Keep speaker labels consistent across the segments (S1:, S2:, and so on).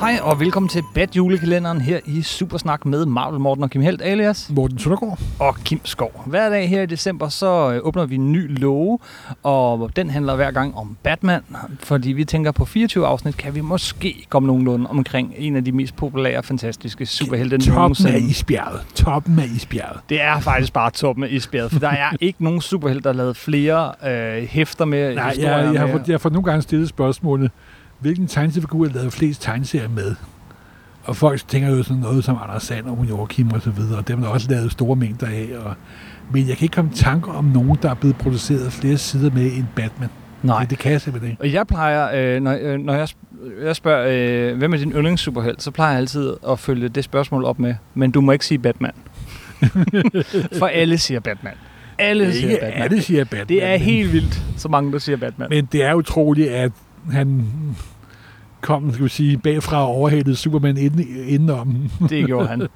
S1: Hej og velkommen til Bad Julekalenderen her i Supersnak med Marvel Morten og Kim Helt alias
S2: Morten Søndergaard.
S1: og Kim Skov. Hver dag her i december, så øh, åbner vi en ny låge, og den handler hver gang om Batman, fordi vi tænker på 24 afsnit, kan vi måske komme nogenlunde omkring en af de mest populære og fantastiske superhelte
S2: Toppen af
S1: nogensinde.
S2: isbjerget. Toppen af isbjerget.
S1: Det er faktisk bare toppen af isbjerget, for der er ikke nogen superhelte, der har lavet flere øh, hæfter med
S2: Nej, jeg,
S1: historier
S2: jeg, jeg, har,
S1: med.
S2: fået- jeg har fået nogle gange stillet spørgsmålet, hvilken tegneseriefigur er lavet flest tegneserier med? Og folk tænker jo sådan noget som Anders Sand og Joachim og så videre, og dem er der også lavet store mængder af. Og, men jeg kan ikke komme i tanke om nogen, der er blevet produceret flere sider med end Batman.
S1: Nej.
S2: Det, det kan jeg simpelthen ikke.
S1: Og jeg plejer, øh, når, øh, når jeg, sp- jeg spørger, øh, hvem er din yndlingssuperhelt, så plejer jeg altid at følge det spørgsmål op med, men du må ikke sige Batman. For alle siger Batman. Alle siger
S2: Ikke
S1: Batman.
S2: alle siger Batman.
S1: Det er
S2: men-
S1: helt vildt, så mange der siger Batman.
S2: Men det er utroligt, at han kom, skal vi sige, bagfra og overhældede Superman inden, indenom.
S1: Det gjorde han.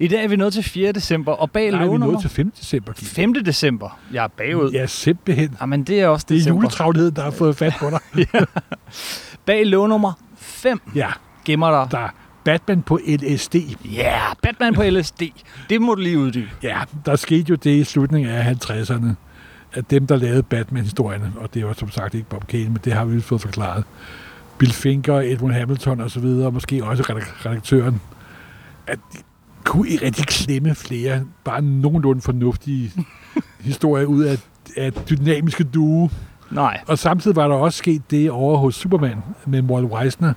S1: I dag er vi nået til 4. december, og bag
S2: Nej, vi nåede
S1: lågenummer
S2: til 5. december. Kim.
S1: 5. december. Jeg er bagud.
S2: Ja, simpelthen.
S1: Jamen, det er også
S2: Det er
S1: december.
S2: juletravligheden, der har fået fat på dig.
S1: Bag lågenummer 5
S2: Ja,
S1: gemmer der...
S2: der er Batman på LSD.
S1: Ja, yeah, Batman på LSD. Det må du lige uddybe.
S2: Ja, der skete jo det i slutningen af 50'erne, at dem, der lavede Batman-historierne, og det var som sagt ikke Bob Kane, men det har vi jo fået forklaret, Bill Finger, Edmund Hamilton osv., og måske også redak- redaktøren, at de kunne I rigtig klemme flere, bare nogenlunde fornuftige historier ud af, af dynamiske duo.
S1: Nej.
S2: Og samtidig var der også sket det over hos Superman med Walt Weisner,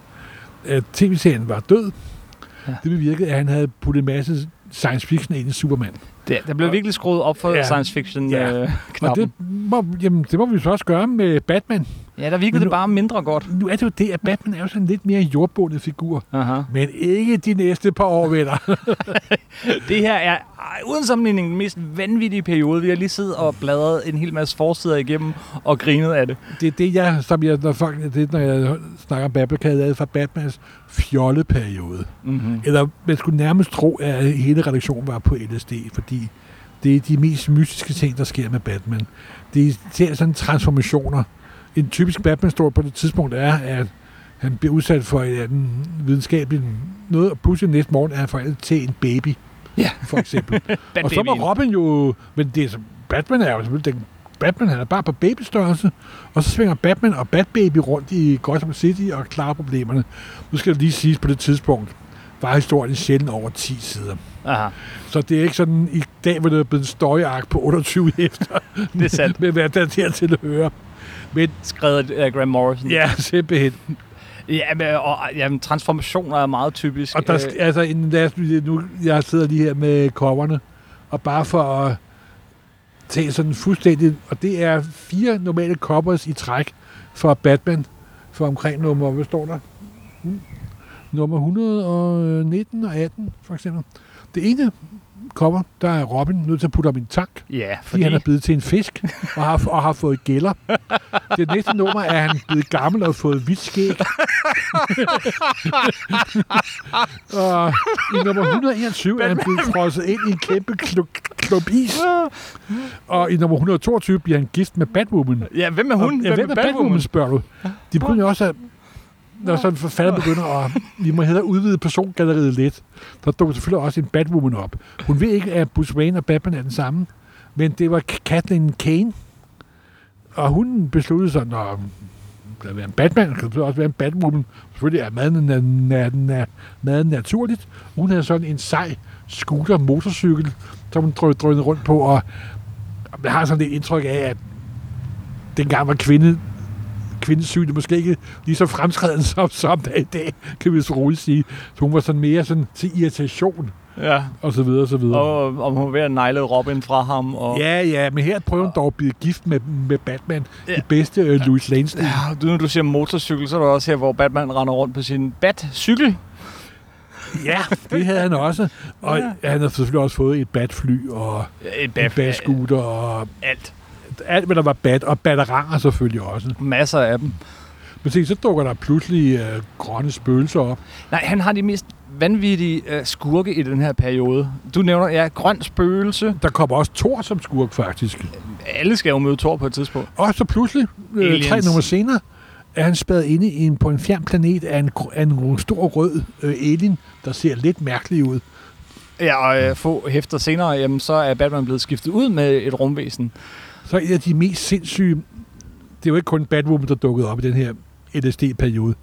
S2: at tv-serien var død.
S1: Ja.
S2: Ja. Det bevirkede, at han havde puttet en masse science fiction ind i Superman.
S1: Det, der blev virkelig skruet op for ja.
S2: Ja.
S1: science fiction
S2: Ja.
S1: ja. øh,
S2: Og
S1: knappen.
S2: det må, jamen, det må vi så også gøre med Batman.
S1: Ja, der virkede
S2: Men
S1: det
S2: nu-
S1: bare mindre godt.
S2: Nu er det jo det, at Batman er jo sådan en lidt mere jordbundet figur.
S1: Aha.
S2: Men ikke de næste par år, venner.
S1: Det her er ej, uden sammenligning den mest vanvittige periode. Vi har lige siddet og bladret en hel masse forsider igennem og grinet af det.
S2: Det er det, jeg, som jeg, når, folk, det, er, når jeg snakker om Batman, kan jeg lade fra Batmans fjolleperiode.
S1: Mm-hmm.
S2: Mm. Eller man skulle nærmest tro, at hele redaktionen var på LSD, fordi det er de mest mystiske ting, der sker med Batman. Det er især sådan transformationer. En typisk Batman-story på det tidspunkt er, at han bliver udsat for en eller anden videnskabelig noget, og pludselig næste morgen er han forældet til en baby,
S1: Ja.
S2: for eksempel. og så var Robin jo... Men det er, som- Batman er jo selvfølgelig den Batman han er bare på babystørrelse, og så svinger Batman og Batbaby rundt i Gotham City og klarer problemerne. Nu skal det lige siges på det tidspunkt, var historien sjældent over 10 sider.
S1: Aha.
S2: Så det er ikke sådan, i dag hvor det er blevet en støjark på 28 efter,
S1: Det er sandt.
S2: med hvad der dertil hører. Men
S1: Skrevet af Graham Morrison.
S2: ja, simpelthen.
S1: ja men, og, jamen, transformationer er meget typisk.
S2: Og der,
S1: Øh,
S2: sk- altså, en- lad os, lige- nu, jeg sidder lige her med coverne, og bare for at tage sådan fuldstændig, og det er fire normale covers i træk for Batman, for omkring nummer, hvad står der? Hmm. Nummer 119 og 18, for eksempel. Det ene cover, der er Robin nødt til at putte om i en tank,
S1: ja,
S2: fordi
S1: fordi...
S2: han er blevet til en fisk og har, og har fået gælder. Det næste nummer er, at han er blevet gammel og har fået hvidt skæg. og i nummer 121 er han blevet frosset ind i en kæmpe klub, klub is. Og i nummer 122 bliver han gift med Batwoman.
S1: Ja, hvem er hun?
S2: Og, ja, hvem er Batwoman, spørger du? De begynder også at når sådan en forfatter begynder at, vi må hellere udvide persongalleriet lidt, der dukker selvfølgelig også en Batwoman op. Hun ved ikke, at Bruce Wayne og Batman er den samme, men det var Kathleen Kane, og hun besluttede sig, når der være en Batman, der kan også være en Batwoman. Selvfølgelig er maden, na, na, na, maden naturligt. Hun havde sådan en sej scooter motorcykel, som hun drø- drønede rundt på, og jeg har sådan lidt indtryk af, at dengang var kvinde, kvindesynet måske ikke lige så fremtrædende som, som det er i dag, kan vi så roligt sige. Så hun var sådan mere sådan til irritation,
S1: Ja.
S2: og så videre, og så videre.
S1: Og om hun er ved at negle Robin fra ham. Og...
S2: Ja, ja, men her prøver hun dog at blive gift med, med Batman,
S1: Ja.
S2: ja. det bedste øh, Louis Lane.
S1: Ja, Ah, du, når du siger motorcykel, så er der også her, hvor Batman render rundt på sin batcykel.
S2: Ja, det havde han også. Og ja. han har selvfølgelig også fået et batfly og
S1: Et øh,
S2: en batscooter og
S1: Alt.
S2: alt, hvad der var bat, og batteranger selvfølgelig også.
S1: Masser af dem.
S2: Men se, så dukker der pludselig øh, grønne spøgelser op.
S1: Nej, han har de mest vanvittige øh, skurke i den her periode. Du nævner, ja, grøn spøgelse.
S2: Der kommer også Thor som skurk, faktisk.
S1: Alle skal jo møde Thor på et tidspunkt.
S2: Og så pludselig, øh,
S1: Aliens.
S2: tre nummer senere, er han spadet inde i en, på en fjern planet af en, gr- af en stor rød øh, alien, der ser lidt mærkelig ud.
S1: Ja, og øh, få hæfter senere, jamen, så er Batman blevet skiftet ud med et rumvæsen.
S2: Så en af de mest sindssyge, det er jo ikke kun Batwoman, der dukkede op i den her LSD-periode.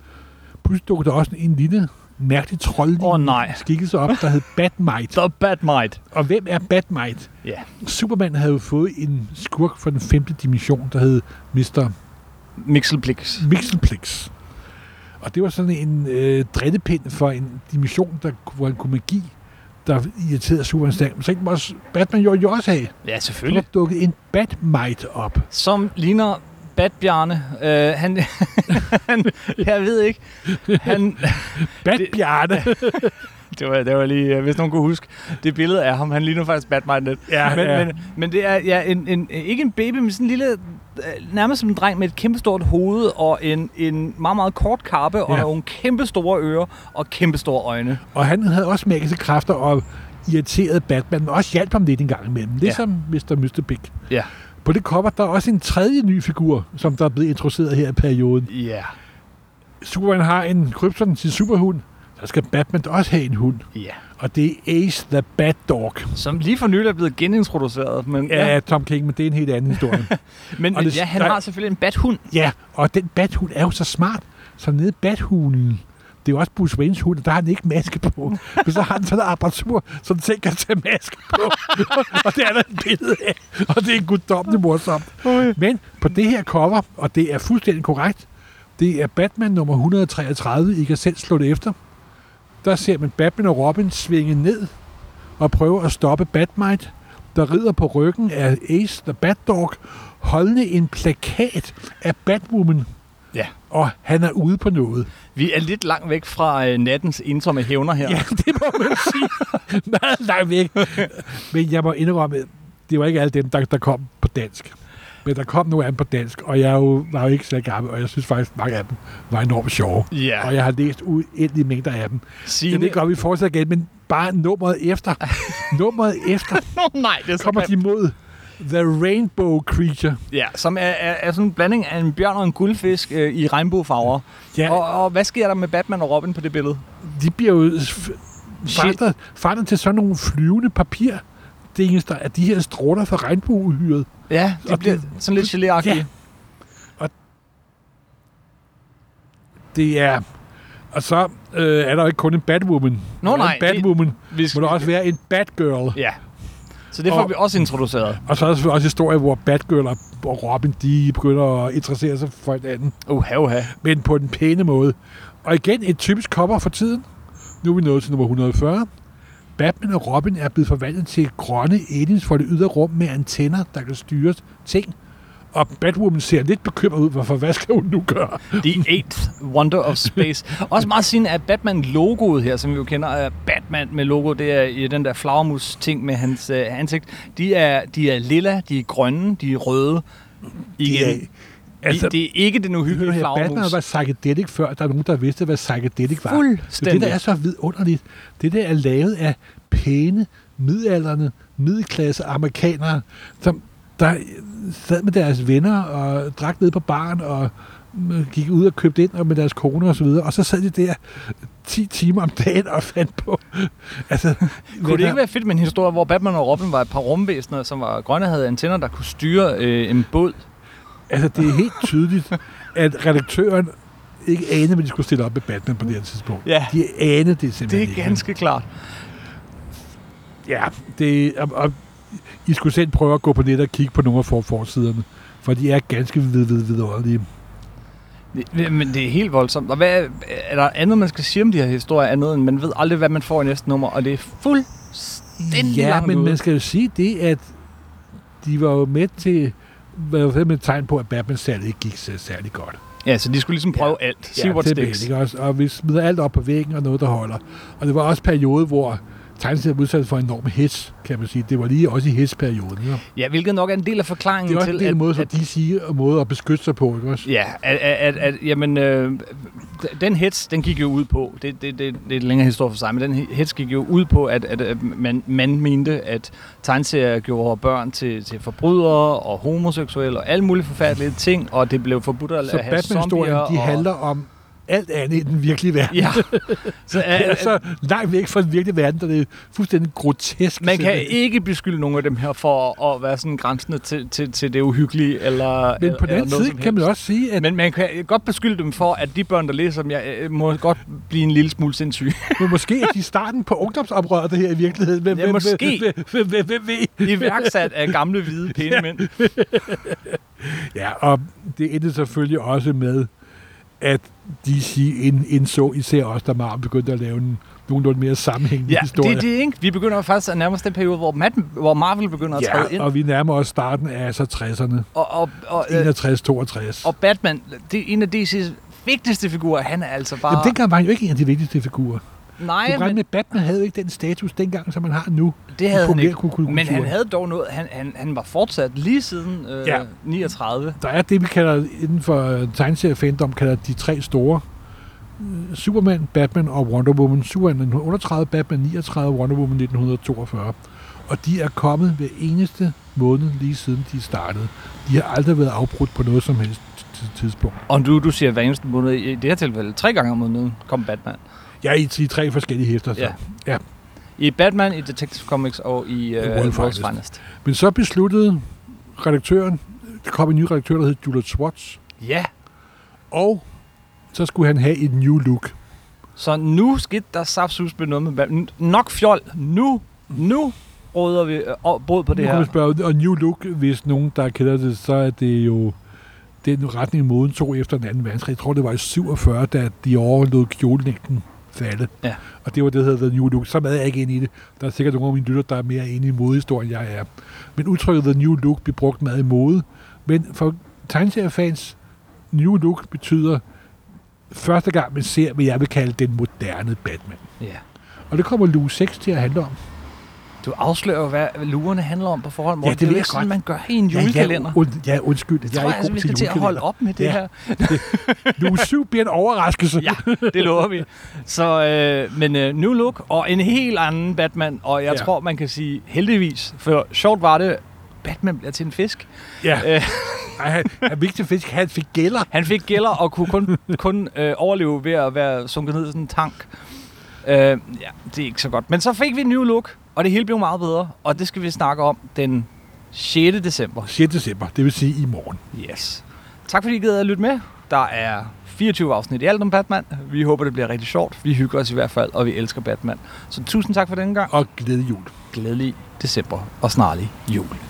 S2: Pludselig dukkede der også en lille, mærkelig troldelig
S1: Åh, nej.
S2: skikkelse op, der hed Batmite.
S1: The Batmite.
S2: Og hvem er Batmite?
S1: Ja.
S2: Superman havde jo fået en skurk fra den femte dimension, der hed Mr.
S1: Mixelblix.
S2: Mixelplix. Og det var sådan en øh, drillepinde for en dimension, der, hvor han kunne magi, der irriterede Superman stærkt. Men så ikke også, Batman gjorde jo også af.
S1: Ja,
S2: Så var
S1: selvfølgelig.
S2: dukket en Batmite op.
S1: Som ligner Batbjarne. Øh, han, han, jeg ved ikke. Han,
S2: Batbjarne!
S1: det, var, det var lige, øh, hvis nogen kunne huske, det billede af ham. Han ligner faktisk Batman lidt.
S2: Ja,
S1: men,
S2: ja.
S1: Men, men det er ja, en, en, ikke en baby, men sådan en lille, øh, nærmest som en dreng med et kæmpestort hoved og en, en meget, meget kort kappe og
S2: Ja.
S1: nogle kæmpestore ører og kæmpestore øjne.
S2: Og han havde også magiske kræfter og irriterede Batman, men også hjalp ham lidt en gang imellem. Ligesom Mr. Mr. Big.
S1: Ja.
S2: På det cover, der er også en tredje ny figur, som der er blevet introduceret her i perioden.
S1: Ja,
S2: Superman har en krypton, sin superhund. Så skal Batman også have en hund.
S1: ja.
S2: Og det er Ace the Bat Dog
S1: Som lige for nylig er blevet genintroduceret. Men,
S2: af ja. Tom King, men det er en helt anden historie.
S1: men
S2: og det-
S1: ja, han
S2: der-
S1: har selvfølgelig en bathund.
S2: ja, og den bathund er jo så smart, så nede i bathulen, det er jo også Bruce Waynes hund, og der har han ikke maske på. Men så har han sådan en apparatur, så den selv kan tage maske på. og det er der et billede af, og det er guddommelig morsomt. Men på det her cover, og det er fuldstændig korrekt, det er Batman nummer 133, I kan selv slå det efter. Der ser man Batman og Robin svinge ned og prøve at stoppe Batmite, der rider på ryggen af Ace the Bat Dog, holdende en plakat af Batwoman,
S1: Ja.
S2: og han er ude på noget.
S1: Vi er lidt langt væk fra øh, nattens ensomme hævner her.
S2: Ja, det må man sige. Meget langt væk. Men jeg må indrømme, det var ikke alle dem, der, der kom på dansk. Men der kom nogle af dem på dansk, og jeg er jo, var jo ikke så gammel, og jeg synes faktisk, mange af dem var enormt sjove.
S1: Ja.
S2: Og jeg har læst uendelige mængder af dem.
S1: Signe...
S2: Jeg ved godt, vi fortsætter igen, men bare nummeret efter. nummeret efter
S1: Nå, nej, det er så
S2: kommer
S1: grimt.
S2: de mod The Rainbow Creature.
S1: Ja, som er, er, er sådan en blanding af en bjørn og en guldfisk øh, i regnbuefarver.
S2: Ja.
S1: Og, og hvad sker der med Batman og Robin på det billede?
S2: de bliver jo f- forandret, forandret til sådan nogle flyvende papir dingester af de her stråler fra regnbueuhyret.
S1: Ja, de
S2: Og
S1: bliver
S2: det-
S1: sådan lidt gelé
S2: Ja. Det er... Og så øh, er der jo ikke kun en Batwoman.
S1: Nå,
S2: Der er
S1: nej,
S2: En Batwoman
S1: Vi
S2: må der også være en Batgirl.
S1: Ja. Så det får
S2: Og-
S1: vi også introduceret.
S2: Og så er der selvfølgelig også historier, hvor Batgirl og og Robin, de begynder at interessere sig for hinanden,
S1: Uha, uha.
S2: men på den pæne måde. Og igen et typisk cover for tiden. Nu er vi nået til nummer 140. Batman og Robin er blevet forvandlet til grønne aliens for det ydre rum med antenner, der kan styre ting. Og Batwoman ser lidt bekymret ud, hvorfor hvad skal hun nu gøre?
S1: The Eighth Wonder of Space. Også meget sigende at Batman-logoet her, som vi jo kender, er Batman med logo, det er i den der flagermus-ting med hans øh, ansigt. De er, de er lilla, de er grønne, de er røde. Igen.
S2: er- altså-
S1: altså, det er ikke den uhyggelige
S2: Hør her, Batman
S1: flagermus.
S2: var psychedelic før, der er nogen, der vidste, hvad psychedelic var. Det, er
S1: Fuldstændig.
S2: det, der er så vidunderligt, det der er lavet af pæne, midalderne, middelklasse amerikanere, som der sad med deres venner og drak ned på baren og mm, gik ud og købte ind og med deres koner og så videre, og så sad de der 10 timer om dagen og fandt på. altså,
S1: Kunne det ikke være fedt med en historie, hvor Batman og Robin var et par rumvæsener, som var grønne og havde antenner, der kunne styre øh, en båd?
S2: Altså, det er helt tydeligt, at redaktøren ikke anede, hvad de skulle stille op med Batman på det her tidspunkt.
S1: Ja.
S2: De anede det simpelthen
S1: Det er
S2: ikke.
S1: ganske klart.
S2: Ja, det, og, og, I skulle selv prøve at gå på nettet og kigge på nogle af for- forsiderne, for de er ganske vid, vid, vidunderlige.
S1: Det- Men det er helt voldsomt. Og hvad, er der andet, man skal sige om de her historier, andet end man ved aldrig, hvad man får i næste nummer, og det er fuldstændig
S2: Ja,
S1: langt
S2: men
S1: ude.
S2: man skal jo sige det, at de var jo med til var jo med et tegn på, at Batman salget ikke gik så særlig godt.
S1: Ja, så de skulle ligesom prøve ja. alt. See what
S2: simpelthen,
S1: sticks.
S2: ikke også? Og vi smider alt op på væggen og noget, der holder. Og det var også en periode, hvor tegneserier var udsat for enorm hits, kan man sige. Det var lige også i hitsperioden. Ja.
S1: Ja, hvilket nok Mm. er en del af forklaringen
S2: Det er også
S1: til,
S2: en del
S1: at,
S2: måde, så
S1: at,
S2: de siger og måde at beskytte sig på, ikke også?
S1: Ja, at, at, at, at jamen, øh, den hets, den gik jo ud på, det, det, det, det er en længere historie for sig, men den hets gik jo ud på, at, at, at man, man mente, at tegneserier gjorde børn til, til forbrydere og homoseksuelle og alle mulige forfærdelige ting, og det blev forbudt at
S2: Så
S1: have
S2: Batman-historien,
S1: zombier.
S2: de
S1: og,
S2: handler om alt andet i den virkelige verden.
S1: Ja, så
S2: Ja,
S1: at, at,
S2: så langt væk fra den virkelige verden, der det er fuldstændig grotesk.
S1: man kan
S2: simpelthen.
S1: ikke beskylde nogen af dem her for at være sådan grænsende til, til, til det uhyggelige, eller
S2: Men på den
S1: eller
S2: anden
S1: noget
S2: side
S1: som
S2: kan man også sige, at
S1: Men man kan godt beskylde dem for, at de børn, der læser dem, jeg, øh, må godt blive en lille smule sindssyge.
S2: men måske er de starten på ungdomsoprøret, det her i virkeligheden. Hvem,
S1: Ja,
S2: hvem-
S1: måske.
S2: Hvem, hvem, hvem, hvem ved?
S1: Iværksat af gamle, hvide, pæne mænd.
S2: Ja, og det endte selvfølgelig også med, at DC ind- indså, især også, da Marvel begyndte at lave en nogenlunde mere sammenhængende
S1: Ja,
S2: historie.
S1: det er det, ikke? Vi begynder faktisk at nærme os den periode, hvor, Mad, hvor Marvel begynder at træde
S2: Ja,
S1: ind.
S2: og vi nærmer os starten af altså så 60'erne.
S1: Og, og, og, øh,
S2: 61-62.
S1: og Batman, det er en af DC's vigtigste figurer. Han er altså bare...
S2: Jamen, dengang var han jo ikke en af de vigtigste figurer.
S1: nej,
S2: Problemet
S1: men
S2: med Batman havde jo ikke den status dengang, som man har nu.
S1: det havde han ikke.
S2: populærkulturen.
S1: Men han havde dog noget. Han, han, han var fortsat lige siden øh,
S2: Ja.
S1: 39.
S2: Der er det, vi kalder inden for øh, tegneseriefandom, kalder de tre store. Øh, Superman, Batman og Wonder Woman. Superman 1938, Batman 39, Wonder Woman 1942. Og de er kommet hver eneste måned lige siden de startede. De har aldrig været afbrudt på noget som helst t- tidspunkt.
S1: Og du, du siger hver eneste måned, i det her tilfælde tre gange om måneden, kom Batman.
S2: Jeg er i i tre forskellige hæfter. Så.
S1: Ja.
S2: Ja.
S1: I Batman, i Detective Comics og i øh,
S2: World's
S1: World's Finest.
S2: Finest. Men så besluttede redaktøren, der kom en ny redaktør, der hed Juliet Schwartz,
S1: Ja,
S2: og så skulle han have et new look.
S1: så nu skete der sapsus med noget med Batman. Nok fjol. Nu, nu råder vi øh, og- brud på det
S2: nu kan
S1: her.
S2: man spørge, og New Look, hvis nogen, der kender det, så er det jo den retning, moden tog efter den anden verdenskrig. Jeg tror, det var i 47, da Dior lod kjolelængden falde.
S1: Ja.
S2: Og det var det, der hedder The New Look. Så meget er jeg ikke inde i det. Der er sikkert nogle af mine lytter, der er mere inde i modehistorien, jeg er. Men udtrykket The New Look bliver brugt meget i mode. Men for tegneseriefans, New Look betyder første gang, man ser, hvad jeg vil kalde den moderne Batman.
S1: Ja.
S2: Og det kommer Lue 6 til at handle om.
S1: Du afslører jo, hvad lurerne handler om på forhånd.
S2: Ja,
S1: Morten.
S2: det ved
S1: er jo
S2: jeg
S1: ikke sådan,
S2: godt.
S1: man gør i en julekalender.
S2: Ja, ja, und, ja undskyld.
S1: Jeg
S2: er
S1: tror
S2: ikke
S1: altså,
S2: god
S1: vi skal til at holde
S2: julekalender.
S1: op med det
S2: Ja.
S1: her.
S2: Uge 7 bliver en overraskelse.
S1: Ja, det lover vi. Så, øh, men øh, New Look og en helt anden Batman. Og jeg ja.
S2: Ja.
S1: tror, man kan sige heldigvis, for sjovt var det, Batman bliver til en fisk.
S2: ja.
S1: Øh.
S2: Ej, han, han vigtig fisk, han fik gælder.
S1: Han fik gælder og kunne kun, kun øh, overleve ved at være sunket ned i sådan en tank. Øh, ja, det er ikke så godt. Men så fik vi en New Look, og det hele blev meget bedre. Og det skal vi snakke om den 6. december.
S2: 6. december, det vil sige i morgen.
S1: Yes. Tak fordi I gider at lytte med. Der er 24 afsnit i alt om Batman. Vi håber, det bliver rigtig sjovt. Vi hygger os i hvert fald, og vi elsker Batman. Så tusind tak for denne gang.
S2: Og glæde jul.
S1: Glædelig december og snarlig jul.